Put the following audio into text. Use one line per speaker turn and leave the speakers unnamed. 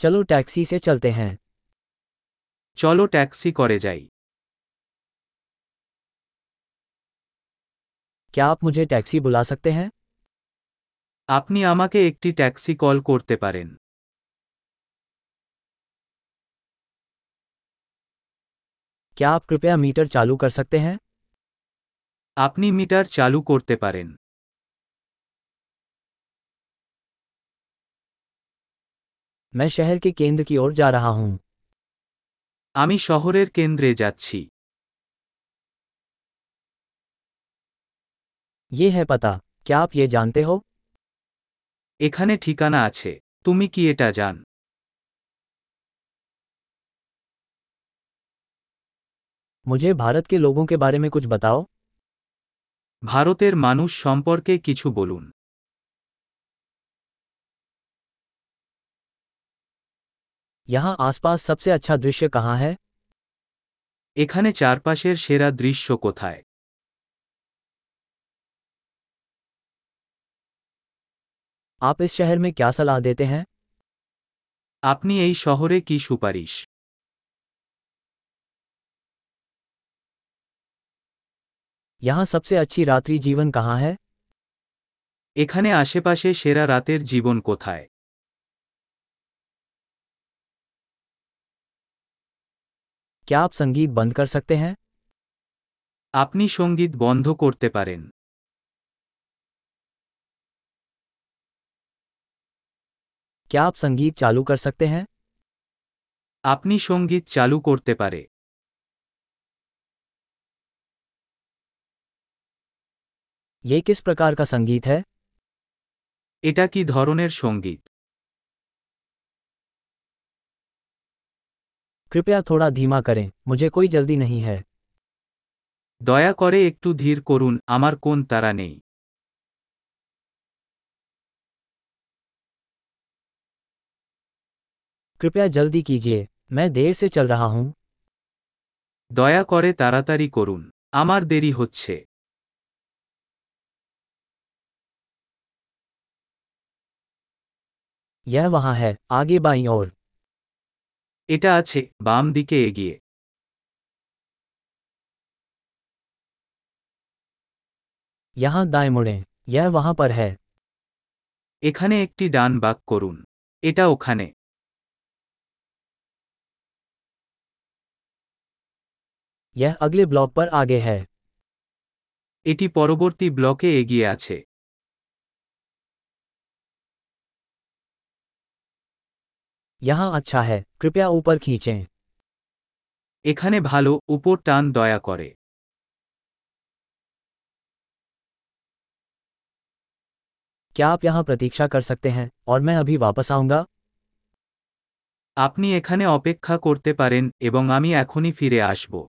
चलो टैक्सी से चलते हैं
চলো ট্যাক্সি করে যাই
क्या आप मुझे टैक्सी बुला सकते हैं
আপনি আমাকে একটি ট্যাক্সি কল করতে পারেন
क्या आप कृपया मीटर चालू कर सकते हैं
আপনি মিটার চালু করতে পারেন
मैं शहर के केंद्र की ओर जा रहा हूँ
আমি শহরের কেন্দ্রে যাচ্ছি
ये है पता क्या आप ये जानते हो
এখানে ঠিকানা আছে তুমি কি এটা জান
मुझे भारत के लोगों के बारे में कुछ बताओ
ভারতের মানুষ সম্পর্কে কিছু বলুন
यहाँ आसपास सबसे अच्छा दृश्य कहाँ है
এখানে চারপাশের সেরা দৃশ্য কোথায়
आप इस शहर में क्या सलाह देते हैं
আপনি এই শহরে কি সুপারিশ
यहाँ सबसे अच्छी रात्रि जीवन कहाँ है
এখানে আশেপাশে সেরা রাতের জীবন কোথায়
क्या आप संगीत बंद कर सकते हैं
আপনি সঙ্গীত বন্ধ করতে পারেন
क्या आप संगीत चालू कर सकते हैं
আপনি সঙ্গীত চালু করতে পারে
ये किस प्रकार का संगीत है
এটা কি ধরনের সঙ্গীত
कृपया थोड़ा धीमा करें मुझे कोई जल्दी नहीं है
দয়া করে একটু ধীর করুন আমার কোন তারা নেই
कृपया जल्दी कीजिए मैं देर से चल रहा हूँ
দয়া করে তাড়াতাড়ি করুন আমার দেরি হচ্ছে
यह वहाँ है आगे बाईं ओर
এটা আছে বাম দিকে এগিয়ে
यहाँ दाएं मुड़ें यह वहाँ पर है
এখানে একটি ডান বাক করুন এটা ওখানে
यह अगले ब्लॉक पर आगे है
এটি পরবর্তী ব্লকে এগিয়ে আছে
यहाँ अच्छा है कृपया ऊपर खींचें
এখানে ভালো উপর টান দয়া করে
क्या आप यहाँ प्रतीक्षा कर सकते हैं और मैं अभी वापस आऊँगा
আপনি এখানে অপেক্ষা করতে পারেন এবং আমি এখনই ফিরে আসব